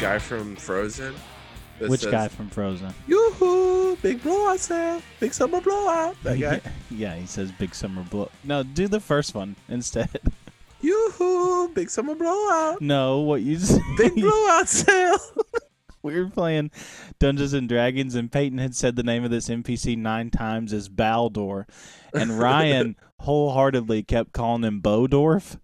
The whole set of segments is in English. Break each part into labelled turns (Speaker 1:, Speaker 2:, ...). Speaker 1: guy from Frozen. that
Speaker 2: Which
Speaker 1: says,
Speaker 2: guy from Frozen?
Speaker 1: Yoo-hoo! Big blowout sale! Big summer blowout! That guy.
Speaker 2: yeah, he says Big Summer Blow. No, do the first one instead.
Speaker 1: Yoo-hoo! Big summer blowout!
Speaker 2: No, what you s-
Speaker 1: Big blowout sale!
Speaker 2: we were playing Dungeons and Dragons, and Peyton had said the name of this NPC nine times as Baldor, and Ryan wholeheartedly kept calling him Bodorf.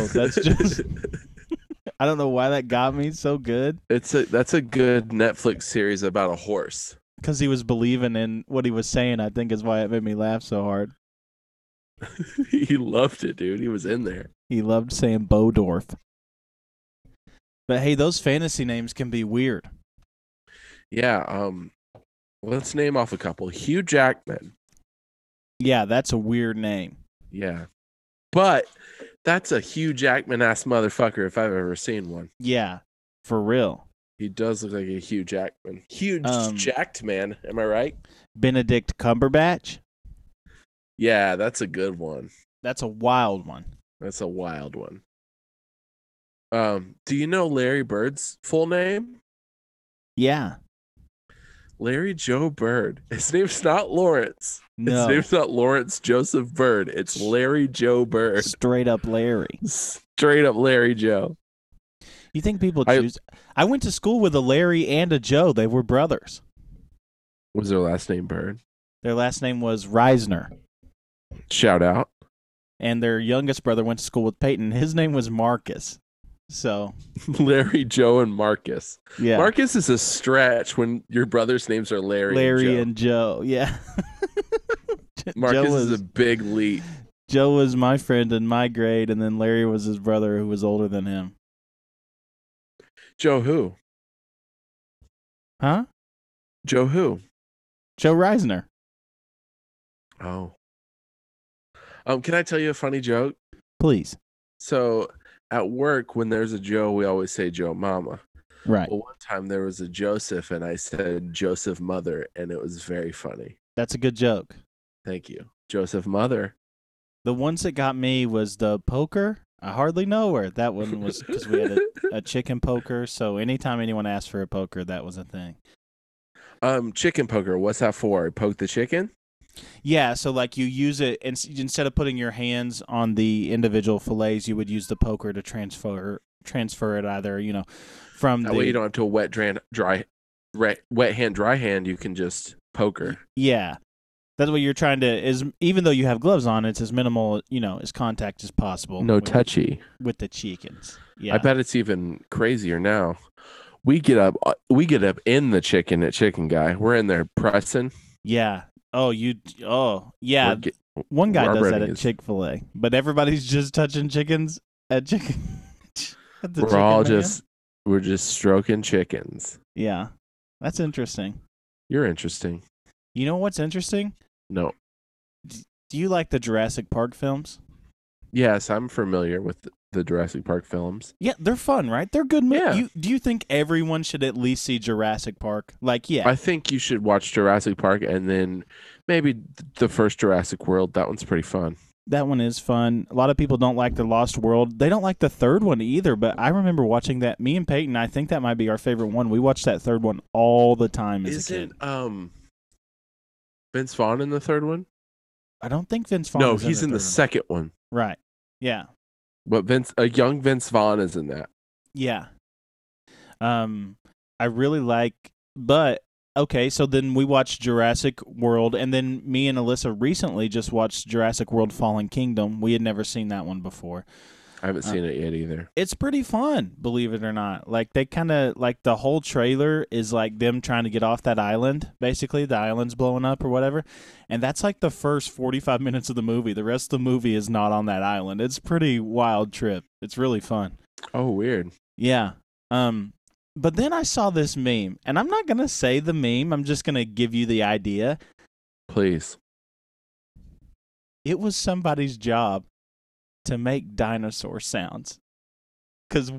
Speaker 2: that's just I don't know why that got me so good
Speaker 1: It's a that's a good Netflix series about a horse.
Speaker 2: because he was believing in what he was saying. I think is why it made me laugh so hard.
Speaker 1: he loved it, dude. He was in there.
Speaker 2: He loved saying Bodorf. But hey, those fantasy names can be weird.
Speaker 1: Yeah. Um, let's name off a couple. Hugh Jackman.
Speaker 2: Yeah, that's a weird name.
Speaker 1: Yeah, but that's a Hugh Jackman ass motherfucker if I've ever seen one.
Speaker 2: Yeah, for real.
Speaker 1: He does look like a Hugh Jackman. Huge
Speaker 2: Um,
Speaker 1: jacked man. Am I right?
Speaker 2: Benedict Cumberbatch.
Speaker 1: Yeah, that's a good one.
Speaker 2: That's a wild one.
Speaker 1: That's a wild one. Um, do you know Larry Bird's full name?
Speaker 2: Yeah.
Speaker 1: Larry Joe Bird. His name's not Lawrence. His
Speaker 2: No.
Speaker 1: name's not Lawrence Joseph Bird. It's Larry Joe Bird.
Speaker 2: Straight up Larry.
Speaker 1: Straight up Larry Joe.
Speaker 2: You think people
Speaker 1: I-
Speaker 2: choose? I, went to school with a Larry and a Joe. They were brothers.
Speaker 1: Was their last name Bird?
Speaker 2: Their last name was Reisner,
Speaker 1: Shout out.
Speaker 2: and their youngest brother went to school with Peyton. His name was Marcus. So
Speaker 1: Larry Joe and Marcus.
Speaker 2: yeah,
Speaker 1: Marcus is a stretch when your brother's names are Larry.
Speaker 2: Larry
Speaker 1: and
Speaker 2: and Joe. Yeah. Jo-
Speaker 1: Joe. Marcus
Speaker 2: Joe was,
Speaker 1: is a big leap.
Speaker 2: Joe was my friend in my grade, and then Larry was his brother who was older than him.
Speaker 1: Joe who?
Speaker 2: Huh?
Speaker 1: Joe who?
Speaker 2: Joe Reisner.
Speaker 1: Oh. Um, can I tell you a funny joke?
Speaker 2: Please.
Speaker 1: So at work, when there's a Joe, we always say Joe Mama.
Speaker 2: Right.
Speaker 1: Well, one time there was a Joseph, and I said Joseph Mother, and it was very funny.
Speaker 2: That's a good joke.
Speaker 1: Thank you, Joseph Mother.
Speaker 2: The ones that got me was the poker. I hardly know her. That one was because we had a, a chicken poker. So anytime anyone asked for a poker, that was a thing.
Speaker 1: um chicken poker. What's that for? Poke the chicken?
Speaker 2: Yeah. So like you use it and instead of putting your hands on the individual fillets, you would use the poker to transfer transfer it either you know from
Speaker 1: That
Speaker 2: the
Speaker 1: way you don't have to wet dry, dry re- wet hand dry hand. You can just poker.
Speaker 2: yeah. That's what you're trying to is even though you have gloves on, it's as minimal you know as contact as possible.
Speaker 1: No
Speaker 2: with-
Speaker 1: touchy.
Speaker 2: with the chickens. Yeah.
Speaker 1: I bet it's even crazier now. We get up uh, we get up in the chicken at Chicken Guy. We're in there pressing.
Speaker 2: Yeah. Oh, you. Oh,
Speaker 1: We're
Speaker 2: yeah.
Speaker 1: get-
Speaker 2: One guy
Speaker 1: Rob
Speaker 2: does that
Speaker 1: Redding
Speaker 2: at
Speaker 1: is-
Speaker 2: Chick Fil A, but everybody's just touching chickens at chicken. at the
Speaker 1: we're
Speaker 2: chicken
Speaker 1: all
Speaker 2: man.
Speaker 1: just we're just stroking chickens.
Speaker 2: yeah. That's interesting.
Speaker 1: You're interesting.
Speaker 2: You know what's interesting?
Speaker 1: No.
Speaker 2: Do you like the Jurassic Park films?
Speaker 1: Yes, I'm familiar with the Jurassic Park films.
Speaker 2: Yeah, they're fun, right? They're good movies.
Speaker 1: Yeah.
Speaker 2: You, do you think everyone should at least see Jurassic Park? Like, yeah,
Speaker 1: I think you should watch Jurassic Park and then maybe th- the first Jurassic World. That one's pretty fun.
Speaker 2: that one is fun. A lot of people don't like the Lost World. They don't like the third one either. But I remember watching that. Me and Peyton, I think that might be our favorite one. We watched that third one all the time as a kid.
Speaker 1: Isn't um Vince Vaughn in the third one?
Speaker 2: I don't think Vince Vaughn.
Speaker 1: no,
Speaker 2: is
Speaker 1: he's in the,
Speaker 2: third one.
Speaker 1: second one.
Speaker 2: Right. Yeah.
Speaker 1: But Vince, a young Vince Vaughn is in that.
Speaker 2: Yeah. Um, I really like, but okay. So then we watched Jurassic World, and then me and Alyssa recently just watched Jurassic World: Fallen Kingdom. We had never seen that one before.
Speaker 1: I haven't
Speaker 2: Uh,
Speaker 1: seen it yet either.
Speaker 2: It's pretty fun, believe it or not. Like they kind of like the whole trailer is like them trying to get off that island. Basically, the island's blowing up or whatever, and that's like the first forty-five minutes of the movie. The rest of the movie is not on that island. It's pretty wild trip. It's really fun.
Speaker 1: Oh, weird.
Speaker 2: Yeah. Um but then I saw this meme, and I'm not going to say the meme, I'm just going to give you the idea.
Speaker 1: Please.
Speaker 2: It was somebody's job to make dinosaur sounds. Cuz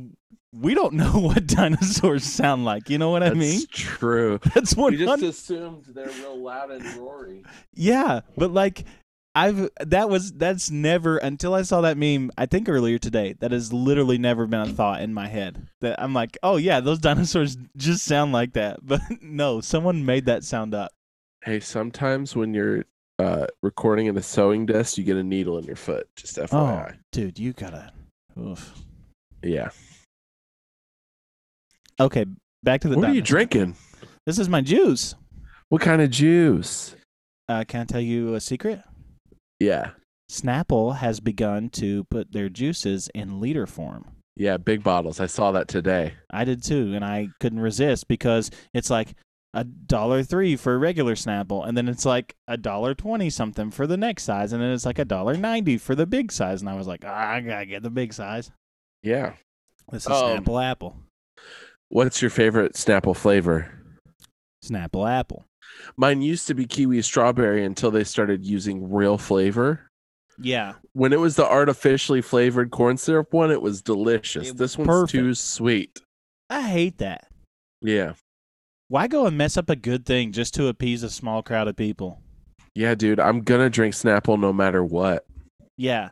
Speaker 2: we don't know what dinosaurs sound like, you know what I
Speaker 1: That's
Speaker 2: mean?
Speaker 1: true.
Speaker 2: That's one.
Speaker 1: assumed they're real loud and roaring.
Speaker 2: Yeah, but like I've that was that's never until I saw that meme. I think earlier today. That has literally never been a thought in my head. That I'm like, oh yeah, those dinosaurs just sound like that. But no, someone made that sound up.
Speaker 1: Hey, sometimes when you're uh, recording in a sewing desk, you get a needle in your foot. Just
Speaker 2: Oh.
Speaker 1: FYI.
Speaker 2: Dude, you gotta. Oof.
Speaker 1: Yeah.
Speaker 2: Okay, back to the.
Speaker 1: What are you
Speaker 2: dinosaur.
Speaker 1: drinking?
Speaker 2: This is my juice.
Speaker 1: What kind of juice?
Speaker 2: Uh, can I tell you a secret?
Speaker 1: Yeah.
Speaker 2: Snapple has begun to put their juices in liter form.
Speaker 1: Yeah, big bottles. I saw that today.
Speaker 2: I did too, and I couldn't resist because it's like a dollar three for a regular Snapple, and then it's like a dollar twenty something for the next size, and then it's like a dollar ninety for the big size. And I was like, "Ah, I gotta get the big size.
Speaker 1: Yeah.
Speaker 2: This is
Speaker 1: Um,
Speaker 2: Snapple Apple.
Speaker 1: What's your favorite Snapple flavor?
Speaker 2: Snapple Apple.
Speaker 1: Mine used to be kiwi strawberry until they started using real flavor.
Speaker 2: Yeah.
Speaker 1: When it was the artificially flavored corn syrup one, it was delicious.
Speaker 2: It
Speaker 1: this
Speaker 2: was
Speaker 1: one's too
Speaker 2: perfect.
Speaker 1: sweet.
Speaker 2: I hate that.
Speaker 1: Yeah.
Speaker 2: Why go and mess up a good thing just to appease a small crowd of people?
Speaker 1: Yeah, dude, I'm going to drink Snapple no matter what.
Speaker 2: Yeah.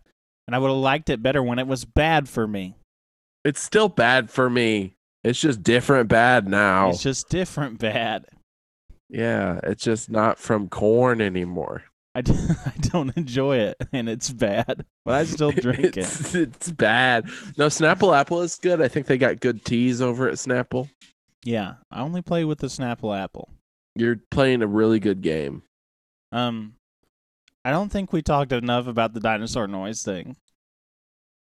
Speaker 2: And I would have liked it better when it was bad for me.
Speaker 1: It's still bad for me. It's just different bad now.
Speaker 2: It's just different bad.
Speaker 1: yeah, it's just not from corn anymore.
Speaker 2: I, d- I don't enjoy it, and it's bad, but I still drink it.
Speaker 1: it's, it's bad. No, Snapple Apple is good. I think they got good teas over at Snapple.
Speaker 2: Yeah, I only play with the Snapple Apple.
Speaker 1: You're playing a really good game.
Speaker 2: Um, I don't think we talked enough about the dinosaur noise thing.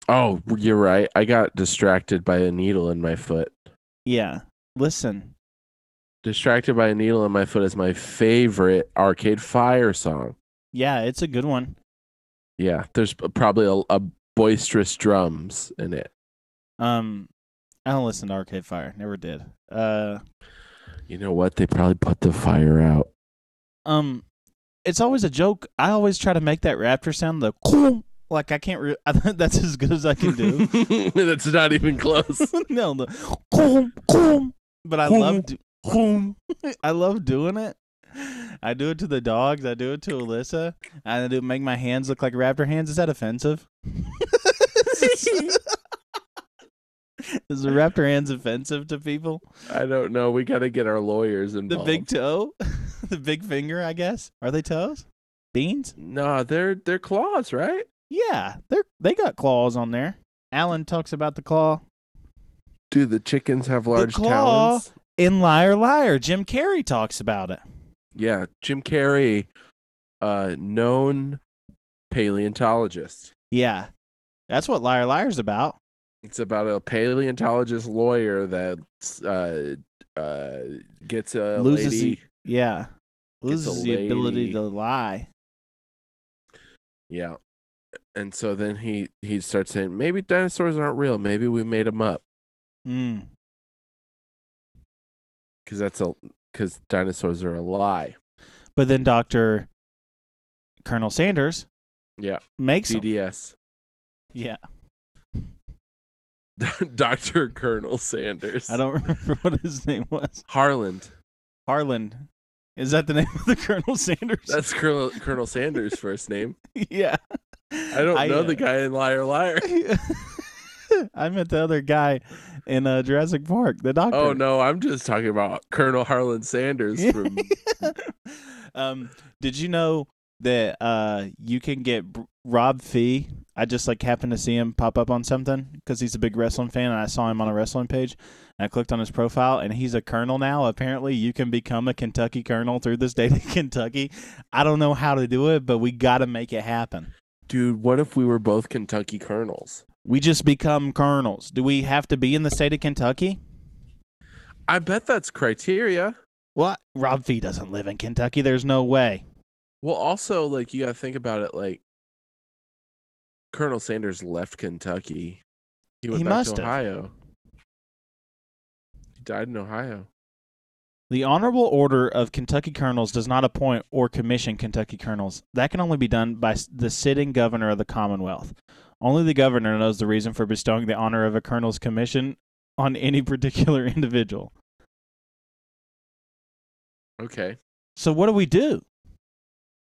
Speaker 1: Oh, you're right. I got distracted by a needle in my foot.
Speaker 2: Yeah, listen,
Speaker 1: Distracted by a needle in my foot is my favorite Arcade Fire song.
Speaker 2: yeah, it's a good one.
Speaker 1: Yeah, there's probably a, a boisterous drums in it.
Speaker 2: Um, I don't listen to Arcade Fire, never did. Uh,
Speaker 1: You know what? They probably put the fire out.
Speaker 2: um, it's always a joke. I always try to make that raptor sound the like I can't. Re- that's as good as I can do.
Speaker 1: That's not even close.
Speaker 2: no, the but I love do- I love doing it. I do it to the dogs. I do it to Alyssa. I do make my hands look like raptor hands. Is that offensive? Is the raptor hands offensive to people?
Speaker 1: I don't know. We got to get our lawyers
Speaker 2: The
Speaker 1: involved.
Speaker 2: big toe, the big finger, I guess. Are they toes? Beans?
Speaker 1: no, they're they're claws, right?
Speaker 2: Yeah, they're they got claws on there. Alan talks about the claw
Speaker 1: Do the chickens have large
Speaker 2: claw.
Speaker 1: talons?
Speaker 2: in Liar Liar. Jim Carrey talks about it.
Speaker 1: Yeah, Jim Carrey, uh, known paleontologist.
Speaker 2: Yeah, that's what Liar Liar's about.
Speaker 1: It's about a paleontologist lawyer that uh, uh, gets a
Speaker 2: Loses
Speaker 1: lady.
Speaker 2: Yeah.
Speaker 1: Gets a
Speaker 2: Loses the
Speaker 1: lady.
Speaker 2: ability to lie.
Speaker 1: Yeah, and so then he he starts saying maybe dinosaurs aren't real. Maybe we made them up
Speaker 2: Mm.
Speaker 1: because that's a because dinosaurs are a lie.
Speaker 2: But then Dr. Colonel Sanders
Speaker 1: Yeah,
Speaker 2: makes 'em.
Speaker 1: DDS,
Speaker 2: Yeah.
Speaker 1: Doctor Colonel Sanders.
Speaker 2: I don't remember what his name was.
Speaker 1: Harland.
Speaker 2: Harlan. Is that the name of the Colonel Sanders?
Speaker 1: That's Colonel, Colonel Sanders' first name.
Speaker 2: yeah.
Speaker 1: I don't know
Speaker 2: uh,
Speaker 1: the guy in Liar Liar.
Speaker 2: I met the other guy in uh, Jurassic Park, the doctor.
Speaker 1: Oh no, I'm just talking about Colonel Harlan Sanders from
Speaker 2: um, did you know that uh, you can get B- Rob Fee? I just like happened to see him pop up on something because he's a big wrestling fan, and I saw him on a wrestling page, and I clicked on his profile, and he's a colonel now. Apparently, you can become a Kentucky colonel through this state of Kentucky. I don't know how to do it, but we got to make it happen.
Speaker 1: Dude, what if we were both Kentucky colonels?
Speaker 2: We just become colonels. Do we have to be in the state of Kentucky?
Speaker 1: I bet that's criteria.
Speaker 2: What? Rob Fee doesn't live in Kentucky. There's no way.
Speaker 1: Well, also like you got to think about it like Colonel Sanders left Kentucky. He went
Speaker 2: He
Speaker 1: back
Speaker 2: must've.
Speaker 1: to Ohio. He died in Ohio.
Speaker 2: The Honorable Order of Kentucky Colonels does not appoint or commission Kentucky Colonels. That can only be done by s- the sitting governor of the Commonwealth. Only the governor knows the reason for bestowing the honor of a colonel's commission on any particular individual.
Speaker 1: Okay.
Speaker 2: So, what do we do?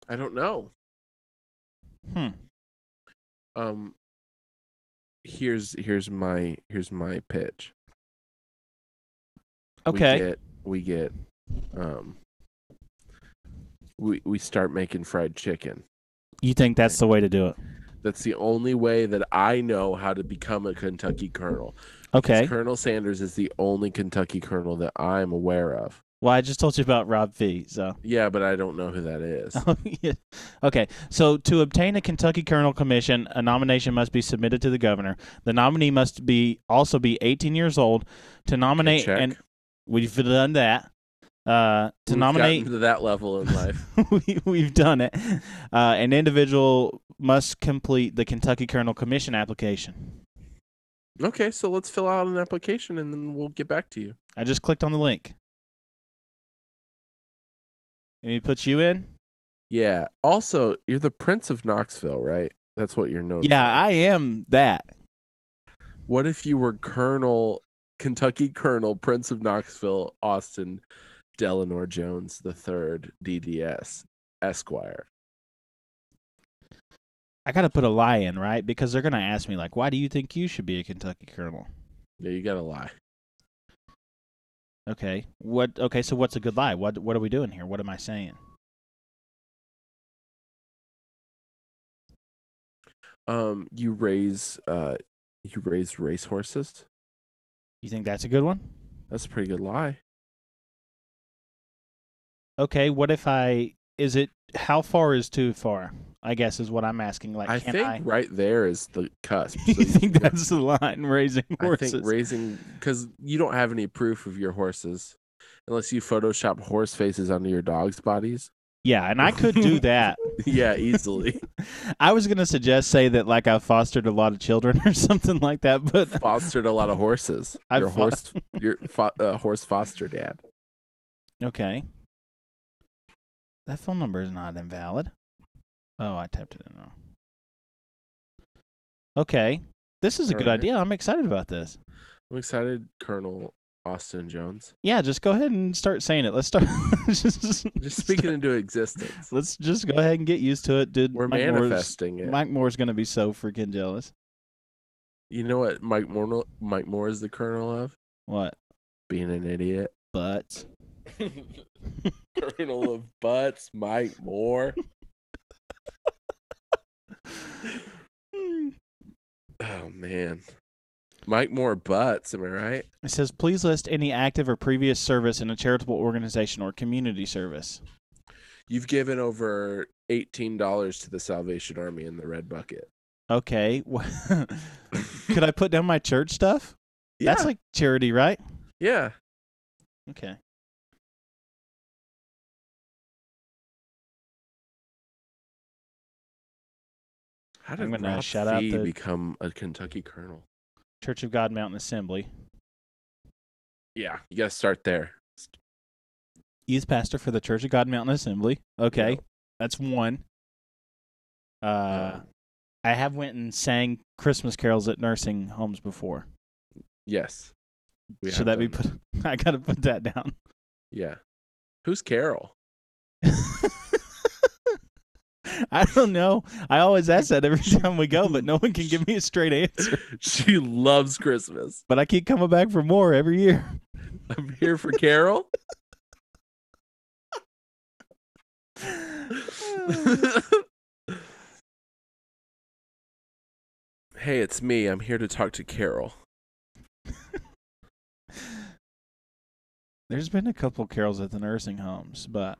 Speaker 1: I don't know.
Speaker 2: Hmm.
Speaker 1: Um here's here's my here's my pitch.
Speaker 2: Okay.
Speaker 1: We get we get um we we start making fried chicken.
Speaker 2: You think that's the way to do it?
Speaker 1: That's the only way that I know how to become a Kentucky colonel. 'Cause
Speaker 2: Okay.
Speaker 1: Colonel Sanders is the only Kentucky colonel that I'm aware of.
Speaker 2: Well, I just told you about Rob V. So.
Speaker 1: Yeah, but I don't know who that is.
Speaker 2: Uh-huh. Oh, Yeah. okay. So to obtain a Kentucky Colonel Commission, a nomination must be submitted to the governor. The nominee must be also be 18 years old to nominate.
Speaker 1: check.
Speaker 2: And we've done that. Uh, to
Speaker 1: We've
Speaker 2: nominate,
Speaker 1: gotten to that level in life.
Speaker 2: we, we've done it. Uh, an individual must complete the Kentucky Colonel Commission application.
Speaker 1: okay, so let's fill out an application and then we'll get back to you.
Speaker 2: I just clicked on the link. And he puts you in.
Speaker 1: Yeah. Also, you're the Prince of Knoxville, right? That's what you're known.
Speaker 2: Yeah,
Speaker 1: for.
Speaker 2: I am that.
Speaker 1: What if you were Colonel Kentucky Colonel Prince of Knoxville Austin Delano Jones the Third DDS Esquire?
Speaker 2: I gotta put a lie in, right? Because they're gonna ask me like, "Why do you think you should be a Kentucky Colonel?"
Speaker 1: Yeah, you gotta lie.
Speaker 2: Okay, what? Okay, so what's a good lie? What What are we doing here? What am I saying?
Speaker 1: Um, you raise uh, you raise racehorses.
Speaker 2: You think that's a good one?
Speaker 1: That's a pretty good lie.
Speaker 2: Okay, what if I? Is it how far is too far? I guess is what I'm asking. Like,
Speaker 1: I
Speaker 2: can
Speaker 1: think
Speaker 2: I?
Speaker 1: right there is the cusp. So
Speaker 2: you think
Speaker 1: can-
Speaker 2: that's the line raising
Speaker 1: I
Speaker 2: horses?
Speaker 1: think raising because you don't have any proof of your horses unless you Photoshop horse faces onto your dogs' bodies.
Speaker 2: yeah, and I could do that.
Speaker 1: yeah, easily.
Speaker 2: I was gonna suggest say that like I fostered a lot of children or something like that, but
Speaker 1: Fostered a lot of horses.
Speaker 2: I
Speaker 1: your
Speaker 2: fo-
Speaker 1: horse, your fo- uh, horse foster dad.
Speaker 2: Okay. That phone number is not invalid. Oh, I typed it in wrong. Okay. This is a good
Speaker 1: Alright.
Speaker 2: idea. I'm excited about this.
Speaker 1: I'm excited, Colonel Austin Jones.
Speaker 2: Yeah, just go ahead and start saying it. Let's start. just,
Speaker 1: Just speaking into existence.
Speaker 2: Let's just go ahead and get used to it, dude.
Speaker 1: We're
Speaker 2: Mike Moore's,
Speaker 1: manifesting it.
Speaker 2: Mike Moore's gonna be so freaking jealous.
Speaker 1: You know what Mike Moore, Mike Moore is the colonel of?
Speaker 2: What?
Speaker 1: Being an idiot.
Speaker 2: But
Speaker 1: colonel of butts, Mike Moore. Oh man. Mike Moore butts, am I right?
Speaker 2: it says, please list any active or previous service in a charitable organization or community service.
Speaker 1: You've given over eighteen dollars to the Salvation Army in the red bucket.
Speaker 2: Okay. wha- Could I put down my church stuff?
Speaker 1: Yeah,
Speaker 2: That's like charity, right?
Speaker 1: yeah.
Speaker 2: Okay.
Speaker 1: How
Speaker 2: I'm
Speaker 1: did
Speaker 2: gonna
Speaker 1: Rob
Speaker 2: shout out
Speaker 1: Fee
Speaker 2: the-
Speaker 1: become a Kentucky colonel?
Speaker 2: Church of God Mountain Assembly.
Speaker 1: Yeah, you gotta start there.
Speaker 2: Youth pastor for the Church of God Mountain Assembly. Okay. That's one. Uh
Speaker 1: Um,
Speaker 2: I have went and sang Christmas carols at nursing homes before.
Speaker 1: yes. We have
Speaker 2: Should that be
Speaker 1: done
Speaker 2: put I gotta put that down.
Speaker 1: Yeah. Who's Carol?
Speaker 2: I don't know. I always ask that every time we go, but no one can give me a straight answer.
Speaker 1: she loves Christmas.
Speaker 2: But I keep coming back for more every year.
Speaker 1: I'm here for Carol. hey, it's me. I'm here to talk to Carol.
Speaker 2: There's been a couple carols at the nursing homes, but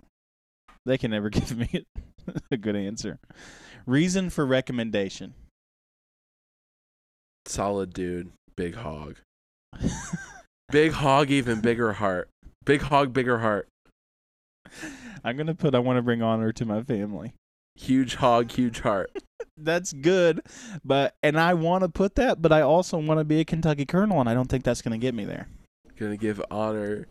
Speaker 2: they can never give me a good answer. Reason for recommendation.
Speaker 1: Solid dude. Big hog. Big hog, even bigger heart. Big hog, bigger heart.
Speaker 2: I'm gonna put I want to bring honor to my family.
Speaker 1: Huge hog, huge heart.
Speaker 2: That's good, but and I want to put that, but I also want to be a Kentucky Colonel, and I don't think that's gonna get me there.
Speaker 1: Gonna give honor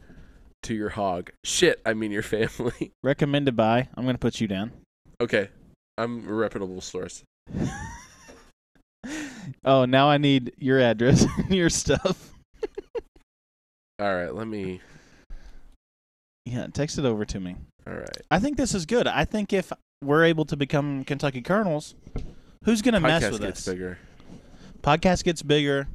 Speaker 1: to your hog. Shit, I mean your family.
Speaker 2: Recommended by. I'm gonna put you down.
Speaker 1: Okay. I'm a reputable source.
Speaker 2: Oh, now I need your address, and your stuff.
Speaker 1: All right, let me.
Speaker 2: Yeah, text it over to me.
Speaker 1: All right.
Speaker 2: I think this is good. I think if we're able to become Kentucky Colonels, who's gonna mess
Speaker 1: Podcast
Speaker 2: with
Speaker 1: gets
Speaker 2: us?
Speaker 1: bigger.
Speaker 2: Podcast gets bigger.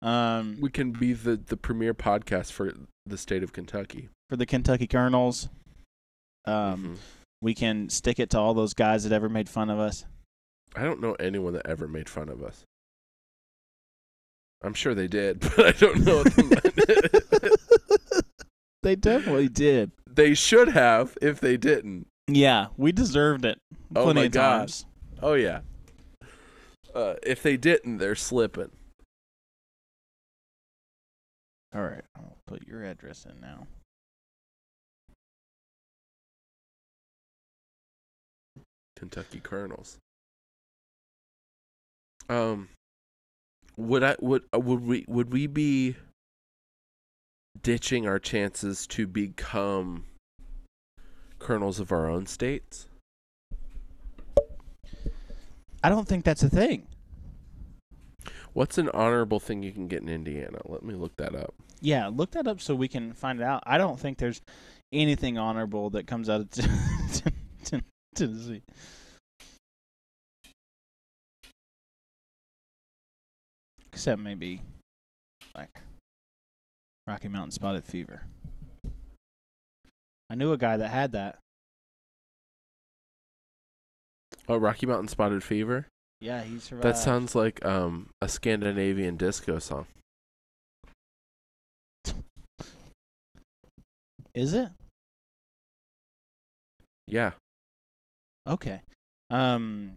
Speaker 2: Um,
Speaker 1: We can be the the premier podcast for the state of Kentucky.
Speaker 2: for the Kentucky Colonels,
Speaker 1: Mhm.
Speaker 2: um, we can stick it to all those guys that ever made fun of us.
Speaker 1: I don't know anyone that ever made fun of us. I'm sure they did, but I don't know.
Speaker 2: they definitely did.
Speaker 1: they should have if they didn't.
Speaker 2: Yeah, we deserved it.
Speaker 1: Oh
Speaker 2: Plenty
Speaker 1: my
Speaker 2: of
Speaker 1: God.
Speaker 2: times.
Speaker 1: Oh yeah. Uh, if they didn't, they're slipping.
Speaker 2: All right, I'll put your address in now.
Speaker 1: Kentucky Colonels. Um, would I would uh, would we would we be ditching our chances to become colonels of our own states?
Speaker 2: I don't think that's a thing.
Speaker 1: What's an honorable thing you can get in Indiana? Let me look that up.
Speaker 2: Yeah, look that up so we can find it out. I don't think there's anything honorable that comes out of t- t- t- Tennessee. Except maybe like Rocky Mountain Spotted Fever. I knew a guy that had that.
Speaker 1: Oh, Rocky Mountain Spotted Fever.
Speaker 2: Yeah, he survived.
Speaker 1: That sounds like um a Scandinavian disco song.
Speaker 2: Is it?
Speaker 1: Yeah.
Speaker 2: Okay. Um,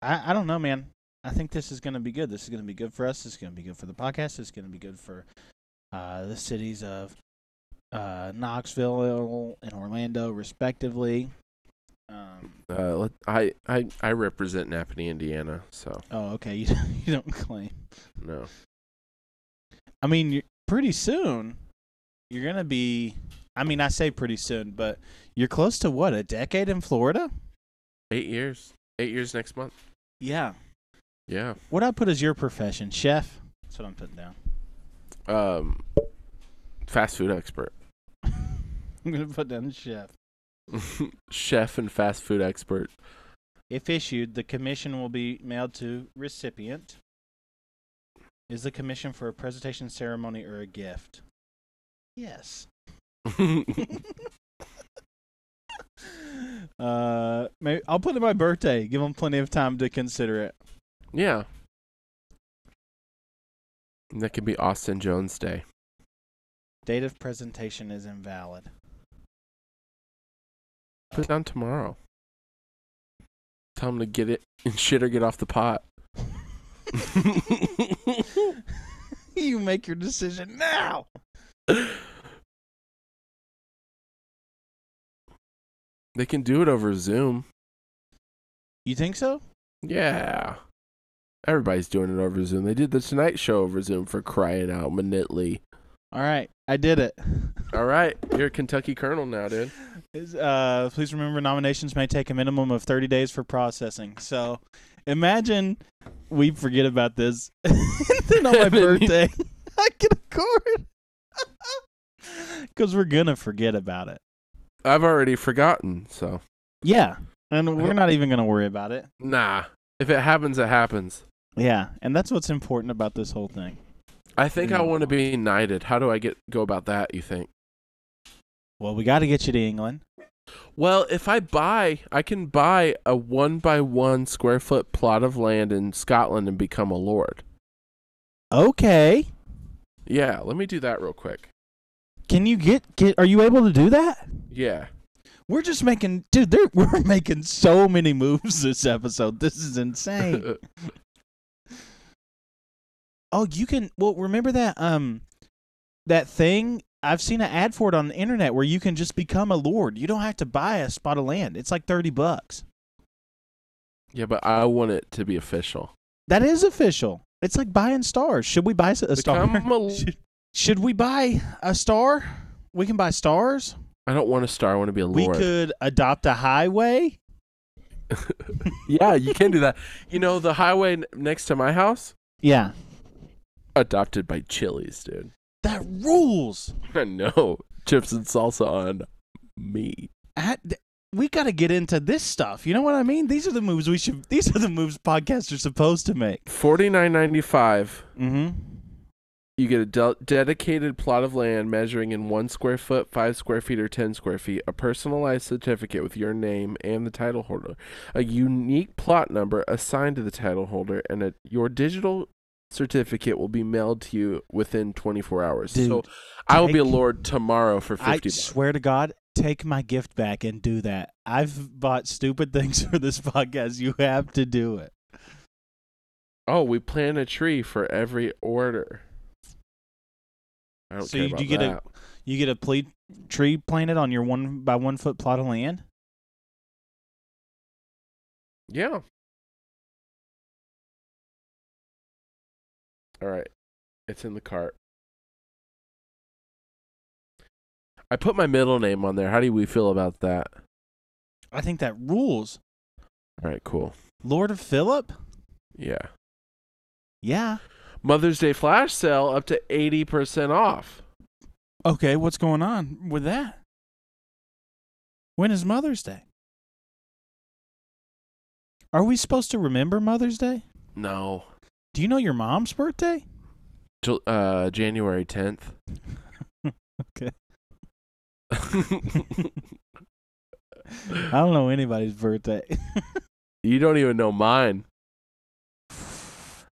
Speaker 2: I I don't know, man. I think this is gonna be good. This is gonna be good for us. This is gonna be good for the podcast. It's gonna be good for uh, the cities of uh, Knoxville and Orlando, respectively. Um,
Speaker 1: Uh, let, I I I represent Napanee, Indiana, so
Speaker 2: oh, okay. You you don't claim.
Speaker 1: no.
Speaker 2: I mean, you pretty soon you're gonna be. I mean, I say pretty soon, but you're close to what a decade in Florida.
Speaker 1: Eight years. Eight years next month.
Speaker 2: Yeah.
Speaker 1: Yeah.
Speaker 2: What I put as your profession, chef. That's what I'm putting down.
Speaker 1: um fast food expert
Speaker 2: I'm gonna put down chef.
Speaker 1: chef and fast food expert
Speaker 2: If issued, the commission will be mailed to recipient. Is the commission for a presentation ceremony or a gift? Yes. uh, maybe I'll put it my birthday. Give them plenty of time to consider it.
Speaker 1: yeah And that could be austin jones day
Speaker 2: Date of presentation is invalid.
Speaker 1: put it down tomorrow tell him to get it and shit or get off the pot
Speaker 2: you make your decision now.
Speaker 1: they can do it over zoom
Speaker 2: You think so?
Speaker 1: yeah everybody's doing it over zoom they did the tonight show over zoom for crying out minutely
Speaker 2: All right, I did it.
Speaker 1: all right you're a kentucky colonel now dude
Speaker 2: Is, uh, please remember nominations may take a minimum of 30 days for processing. So imagine we forget about this. then on my birthday, I get a card. Because we're going to forget about it.
Speaker 1: I've already forgotten, so
Speaker 2: Yeah. And we're not even going to worry about it.
Speaker 1: nah. If it happens, it happens.
Speaker 2: Yeah. And that's what's important about this whole thing.
Speaker 1: I think I
Speaker 2: No.
Speaker 1: want to be knighted. How do I get go about that? You think?
Speaker 2: Well, we got to get you to England.
Speaker 1: Well, if I buy, I can buy a one by one square foot plot of land in Scotland and become a lord.
Speaker 2: Okay.
Speaker 1: Yeah, let me do that real quick.
Speaker 2: Can you get, get are you able to do that?
Speaker 1: Yeah,
Speaker 2: We're just making, dude, there- we're making so many moves this episode. This is insane. Oh, you can. Well, remember that um, that thing. I've seen an ad for it on the internet where you can just become a lord. You don't have to buy a spot of land. It's like thirty bucks.
Speaker 1: yeah, but I want it to be official.
Speaker 2: That is official. It's like buying stars. Should we buy s- a star?
Speaker 1: Become a l-
Speaker 2: should, should we buy a star? We can buy stars.
Speaker 1: I don't want a star. I want to be a
Speaker 2: We
Speaker 1: lord.
Speaker 2: could adopt a highway.
Speaker 1: yeah, you can do that. You know, the highway n- next to my house,
Speaker 2: Yeah,
Speaker 1: adopted by Chili's, dude.
Speaker 2: that rules.
Speaker 1: I know. Chips and salsa on me.
Speaker 2: At, th- we got to get into this stuff. You know what I mean? These are the moves we should. These are the moves podcasts are supposed to make.
Speaker 1: Forty nine ninety five.
Speaker 2: Mm-hmm.
Speaker 1: You get a del dedicated plot of land measuring in one square foot, five square feet, or ten square feet, a personalized certificate with your name and the title holder, a unique plot number assigned to the title holder, and a, your digital certificate will be mailed to you within 24 hours. so
Speaker 2: Dude,
Speaker 1: I will be a
Speaker 2: take-
Speaker 1: lord tomorrow for 50
Speaker 2: I
Speaker 1: bucks.
Speaker 2: swear to God, take my gift back and do that. I've bought stupid things for this podcast. You have to do it.
Speaker 1: Oh, we plant a tree for every order. I don't
Speaker 2: So
Speaker 1: care
Speaker 2: you-
Speaker 1: about
Speaker 2: you get a-
Speaker 1: that.
Speaker 2: You get a ple- tree planted on your one by one foot plot of land.
Speaker 1: Yeah. All right. It's in the cart. I put my middle name on there. How do we feel about that?
Speaker 2: I think that rules.
Speaker 1: All right, cool.
Speaker 2: Lord of Philip.
Speaker 1: Yeah.
Speaker 2: Yeah.
Speaker 1: Mother's Day flash sale up to 80% off.
Speaker 2: Okay, what's going on with that? When is Mother's Day? Are we supposed to remember Mother's Day?
Speaker 1: No.
Speaker 2: Do you know your mom's birthday?
Speaker 1: Ju- uh, January 10th.
Speaker 2: Okay. I don't know anybody's birthday.
Speaker 1: you don't even know mine.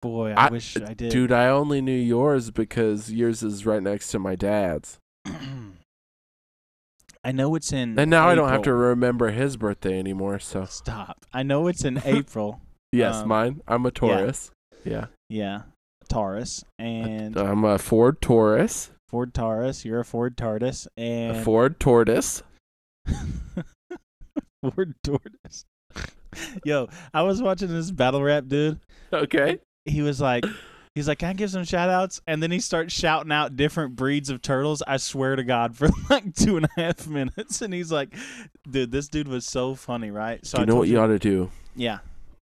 Speaker 2: Boy, I,
Speaker 1: I-
Speaker 2: wish I did.
Speaker 1: Dude, I only knew yours because yours is right next to my dad's.
Speaker 2: I know it's in.
Speaker 1: And now I don't have to
Speaker 2: April.
Speaker 1: remember his birthday anymore. So,
Speaker 2: Stop. I know it's in April.
Speaker 1: yes,
Speaker 2: Um,
Speaker 1: mine. I'm a Taurus. Yeah.
Speaker 2: Yeah. Taurus. And
Speaker 1: I'm a Ford Taurus,
Speaker 2: Ford Taurus. You're a Ford Tardis. And.
Speaker 1: a Ford Tortoise.
Speaker 2: Ford Tortoise. Yo, I was watching this battle rap dude.
Speaker 1: Okay.
Speaker 2: He was like, he's like, can I give some shout outs? And then he starts shouting out different breeds of turtles. I swear to God, for like two and a half minutes. And he's like, dude, this dude was so funny, right? So
Speaker 1: Do
Speaker 2: I
Speaker 1: you know
Speaker 2: told
Speaker 1: what you ought to do?
Speaker 2: Yeah.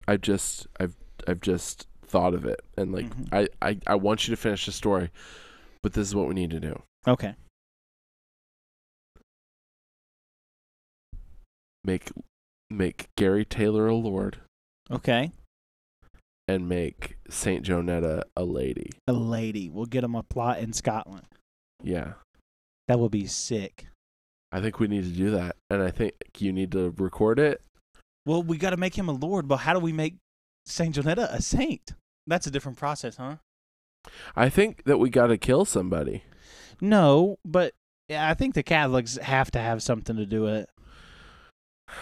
Speaker 1: I've just, I've, I've just thought of it, and like,
Speaker 2: Mhm.
Speaker 1: I, I, I want you to finish the story, but this is what we need to do:
Speaker 2: Okay.
Speaker 1: make, make Gary Taylor a lord,
Speaker 2: Okay.
Speaker 1: and make Saint Jonetta a lady.
Speaker 2: A lady. We'll get him a plot in Scotland.
Speaker 1: Yeah.
Speaker 2: That would be sick.
Speaker 1: I think we need to do that, and I think you need to record it.
Speaker 2: Well, we got to make him a lord, but how do we make Saint Jonetta a saint? That's a different process, huh?
Speaker 1: I think that we got to kill somebody.
Speaker 2: No, but yeah, I think the Catholics have to have something to do with it.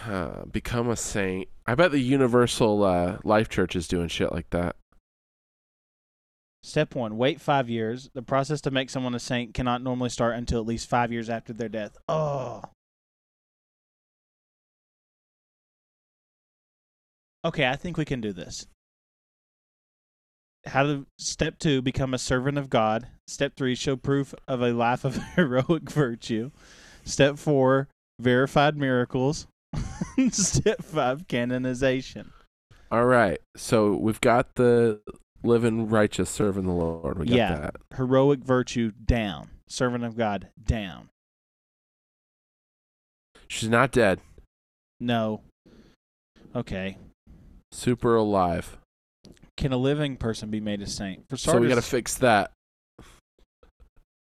Speaker 1: Uh, become a saint. I bet the Universal uh, Life Church is doing shit like that.
Speaker 2: Step one: wait five years. The process to make someone a saint cannot normally start until at least five years after their death. Oh. Okay, I think we can do this. How to step two: become a servant of God. Step three: show proof of a life of heroic virtue. Step four: verified miracles. step five: canonization.
Speaker 1: All right, so we've got the living righteous serving the Lord. We got
Speaker 2: Yeah.
Speaker 1: that.
Speaker 2: Heroic virtue down. Servant of God down.
Speaker 1: She's not dead.
Speaker 2: No. Okay.
Speaker 1: Super alive.
Speaker 2: Can a living person be made a saint? For
Speaker 1: so
Speaker 2: starters,
Speaker 1: we got to fix that.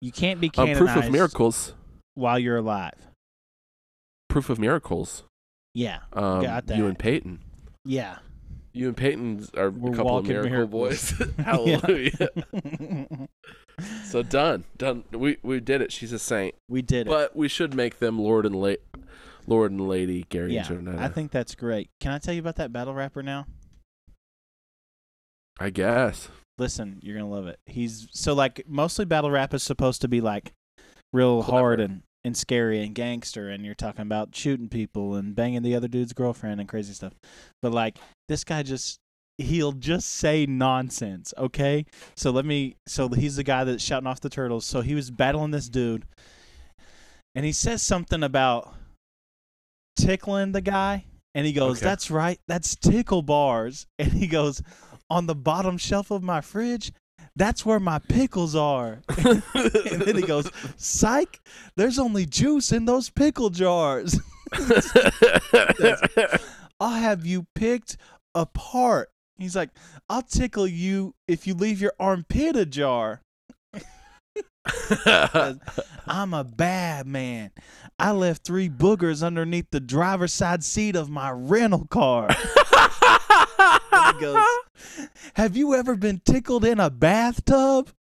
Speaker 2: you can't be
Speaker 1: Um,
Speaker 2: canonized
Speaker 1: proof of miracles.
Speaker 2: while you're alive.
Speaker 1: Proof of miracles.
Speaker 2: Yeah.
Speaker 1: Um,
Speaker 2: Got
Speaker 1: You
Speaker 2: that.
Speaker 1: and Peyton.
Speaker 2: Yeah.
Speaker 1: You and Peyton are
Speaker 2: We're
Speaker 1: a couple of
Speaker 2: walking
Speaker 1: miracle
Speaker 2: miracles.
Speaker 1: boys. Hallelujah.
Speaker 2: Yeah.
Speaker 1: So done, done. We we did it. She's a saint.
Speaker 2: we did it.
Speaker 1: But we should make them Lord and La- Lord and Lady Gary
Speaker 2: yeah.
Speaker 1: and Jonetta. I,
Speaker 2: I think that's great. Can I tell you about that battle rapper now?
Speaker 1: guess.
Speaker 2: Listen, you're gonna love it. He's so like mostly battle rap is supposed to be like real hard
Speaker 1: Clever.
Speaker 2: and, and scary and gangster and you're talking about shooting people and banging the other dude's girlfriend and crazy stuff. But like this guy just he'll just say nonsense, okay? So let me so he's the guy that's shouting off the turtles. So he was battling this dude and he says something about tickling the guy and he goes,
Speaker 1: Okay.
Speaker 2: "That's right. That's tickle bars." And he goes, "On the bottom shelf of my fridge, that's where my pickles are." and then he goes, "Psych, there's only juice in those pickle jars." I'll have you picked apart. He's like, I'll tickle you if you leave your armpit ajar. I'm a bad man. I left three boogers underneath the driver's side seat of my rental car. He goes, Have you ever been tickled in a bathtub?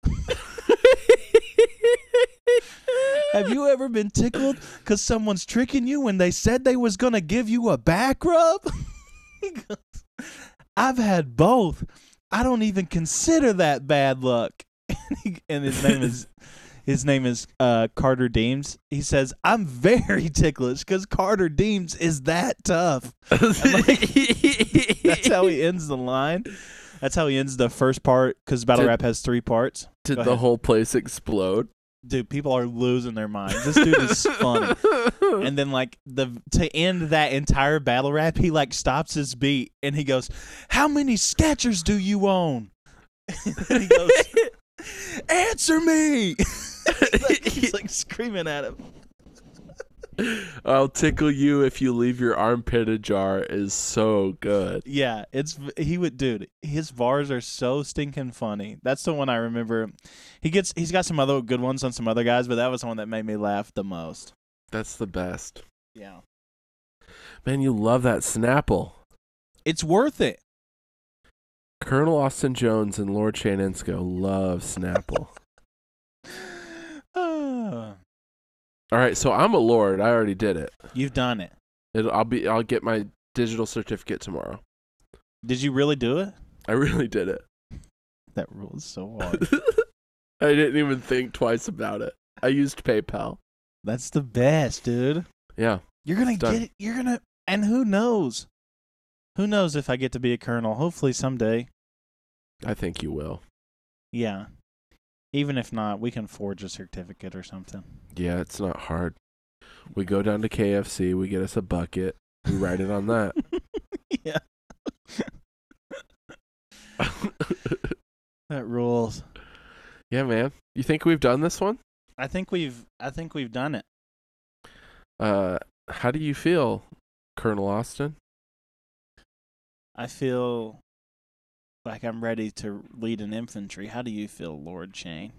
Speaker 2: Have you ever been tickled because someone's tricking you when they said they was gonna give you a back rub? He goes, I've had both. I don't even consider that bad luck. And, he, and his name is his name is uh, Carter Deems. He says I'm very ticklish because Carter Deems is that tough. That's how he ends the line. That's how he ends the first part because battle
Speaker 1: Did-
Speaker 2: rap has three parts.
Speaker 1: Did
Speaker 2: Go
Speaker 1: the
Speaker 2: ahead.
Speaker 1: whole place explode?
Speaker 2: Dude, people are losing their minds. This dude is funny. and then like the to end that entire battle rap he like stops his beat and he goes how many sketchers do you own and he goes answer me he's, like, he's, like, screaming at him
Speaker 1: I'll tickle you if you leave your armpit ajar is so good.
Speaker 2: yeah it's he would dude his bars are so stinking funny that's the one i remember he gets he's got some other good ones on some other guys but that was the one that made me laugh the most
Speaker 1: That's the best.
Speaker 2: yeah
Speaker 1: Man, you love that Snapple.
Speaker 2: it's worth it
Speaker 1: Colonel Austin Jones and Lord Shaninsko love Snapple.
Speaker 2: Ah,
Speaker 1: All right, so I'm a lord. I already did it.
Speaker 2: you've done it
Speaker 1: it. I'll be. I'll get my digital certificate tomorrow.
Speaker 2: did you really do it
Speaker 1: I really did it.
Speaker 2: that rule is so hard
Speaker 1: I didn't even think twice about it. I used PayPal.
Speaker 2: That's the best, dude.
Speaker 1: Yeah.
Speaker 2: You're gonna
Speaker 1: Done.
Speaker 2: get it. You're gonna, and who knows? Who knows if I get to be a colonel? Hopefully someday.
Speaker 1: I think you will.
Speaker 2: Yeah. Even if not, we can forge a certificate or something.
Speaker 1: Yeah, it's not hard. We go down to KFC, we get us a bucket, we write it on that.
Speaker 2: yeah, that rules.
Speaker 1: yeah, man. You think we've done this one?
Speaker 2: I think we've, I think we've done it.
Speaker 1: Uh how do you feel, Colonel Austin?
Speaker 2: I feel like I'm ready to lead an infantry. How do you feel, Lord Shane?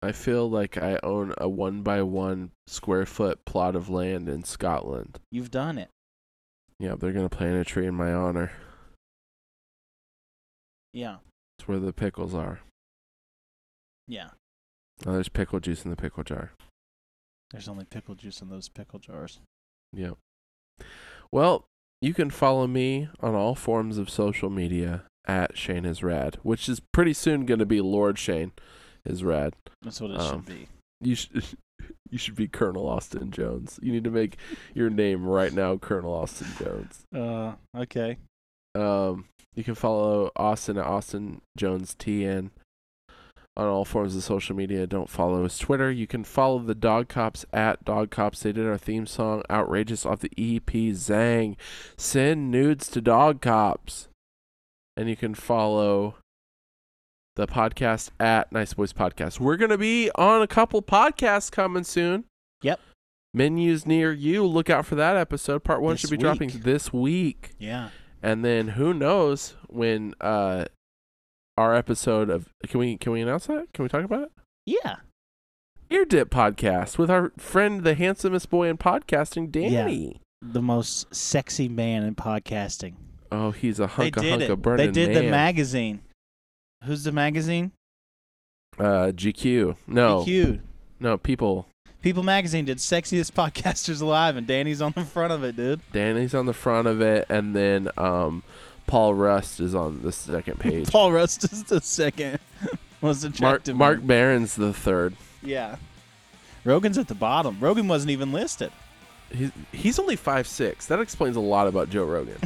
Speaker 1: I feel like I own a one by one square foot plot of land in Scotland.
Speaker 2: You've done it.
Speaker 1: Yeah, they're gonna plant a tree in my honor.
Speaker 2: Yeah.
Speaker 1: It's where the pickles are.
Speaker 2: Yeah.
Speaker 1: Oh, there's pickle juice in the pickle jar.
Speaker 2: There's only pickle juice in those pickle jars.
Speaker 1: Yep. Well, you can follow me on all forms of social media at Shane is rad, which is pretty soon going to be Lord Shane is rad.
Speaker 2: That's what it
Speaker 1: Um,
Speaker 2: should be.
Speaker 1: You should you should be Colonel Austin Jones. You need to make your name right now, Colonel Austin Jones.
Speaker 2: Uh. Okay.
Speaker 1: Um, you can follow Austin at Austin Jones TN on all forms of social media. Don't follow his Twitter. You can follow the Dog Cops at Dog Cops. They did our theme song, Outrageous, off the EP Zang. Send nudes to Dog Cops. And you can follow the podcast at Nice Boys Podcast. We're going to be on a couple podcasts coming soon.
Speaker 2: Yep.
Speaker 1: Menus near you. Look out for that episode. Part one
Speaker 2: This
Speaker 1: should be dropping
Speaker 2: week.
Speaker 1: this week.
Speaker 2: Yeah.
Speaker 1: And then who knows when uh our episode of can we can we announce that? Can we talk about it?
Speaker 2: Yeah.
Speaker 1: Ear Dip podcast with our friend the handsomest boy in podcasting, Danny.
Speaker 2: The most sexy man in podcasting.
Speaker 1: Oh, he's a hunk of
Speaker 2: they
Speaker 1: hunk
Speaker 2: did
Speaker 1: of
Speaker 2: it.
Speaker 1: burning
Speaker 2: They did the
Speaker 1: man.
Speaker 2: magazine. Who's the magazine?
Speaker 1: uh GQ. No.
Speaker 2: BQ.
Speaker 1: No, people.
Speaker 2: People magazine did sexiest podcasters alive, and Danny's on the front of it, dude.
Speaker 1: Danny's on the front of it and then um Paul Rust is on the second page.
Speaker 2: Paul Rust is the second most
Speaker 1: Mark
Speaker 2: attractive.
Speaker 1: Mark
Speaker 2: man.
Speaker 1: Barron's the third.
Speaker 2: Yeah. Rogan's at the bottom. Rogan wasn't even listed.
Speaker 1: He's he's only five six. That explains a lot about Joe Rogan.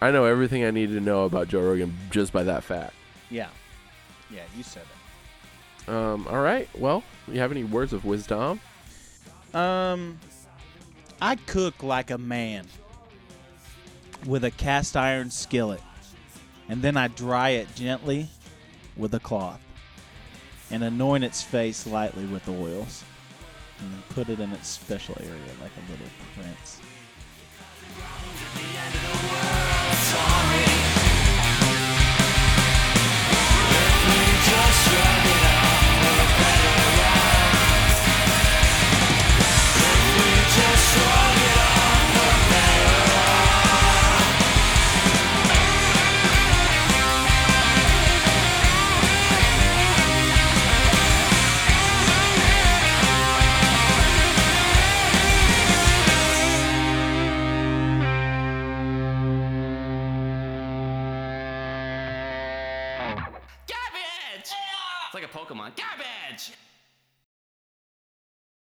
Speaker 1: I know everything I need to know about Joe Rogan just by that fact.
Speaker 2: Yeah. Yeah, you said it.
Speaker 1: Um, all right. Well, you have any words of wisdom?
Speaker 2: Um, I cook like a man with a cast iron skillet, and then I dry it gently with a cloth and anoint its face lightly with oils. and then put it in its special area like a little prince.
Speaker 3: Garbage! It's like a Pokemon. Garbage!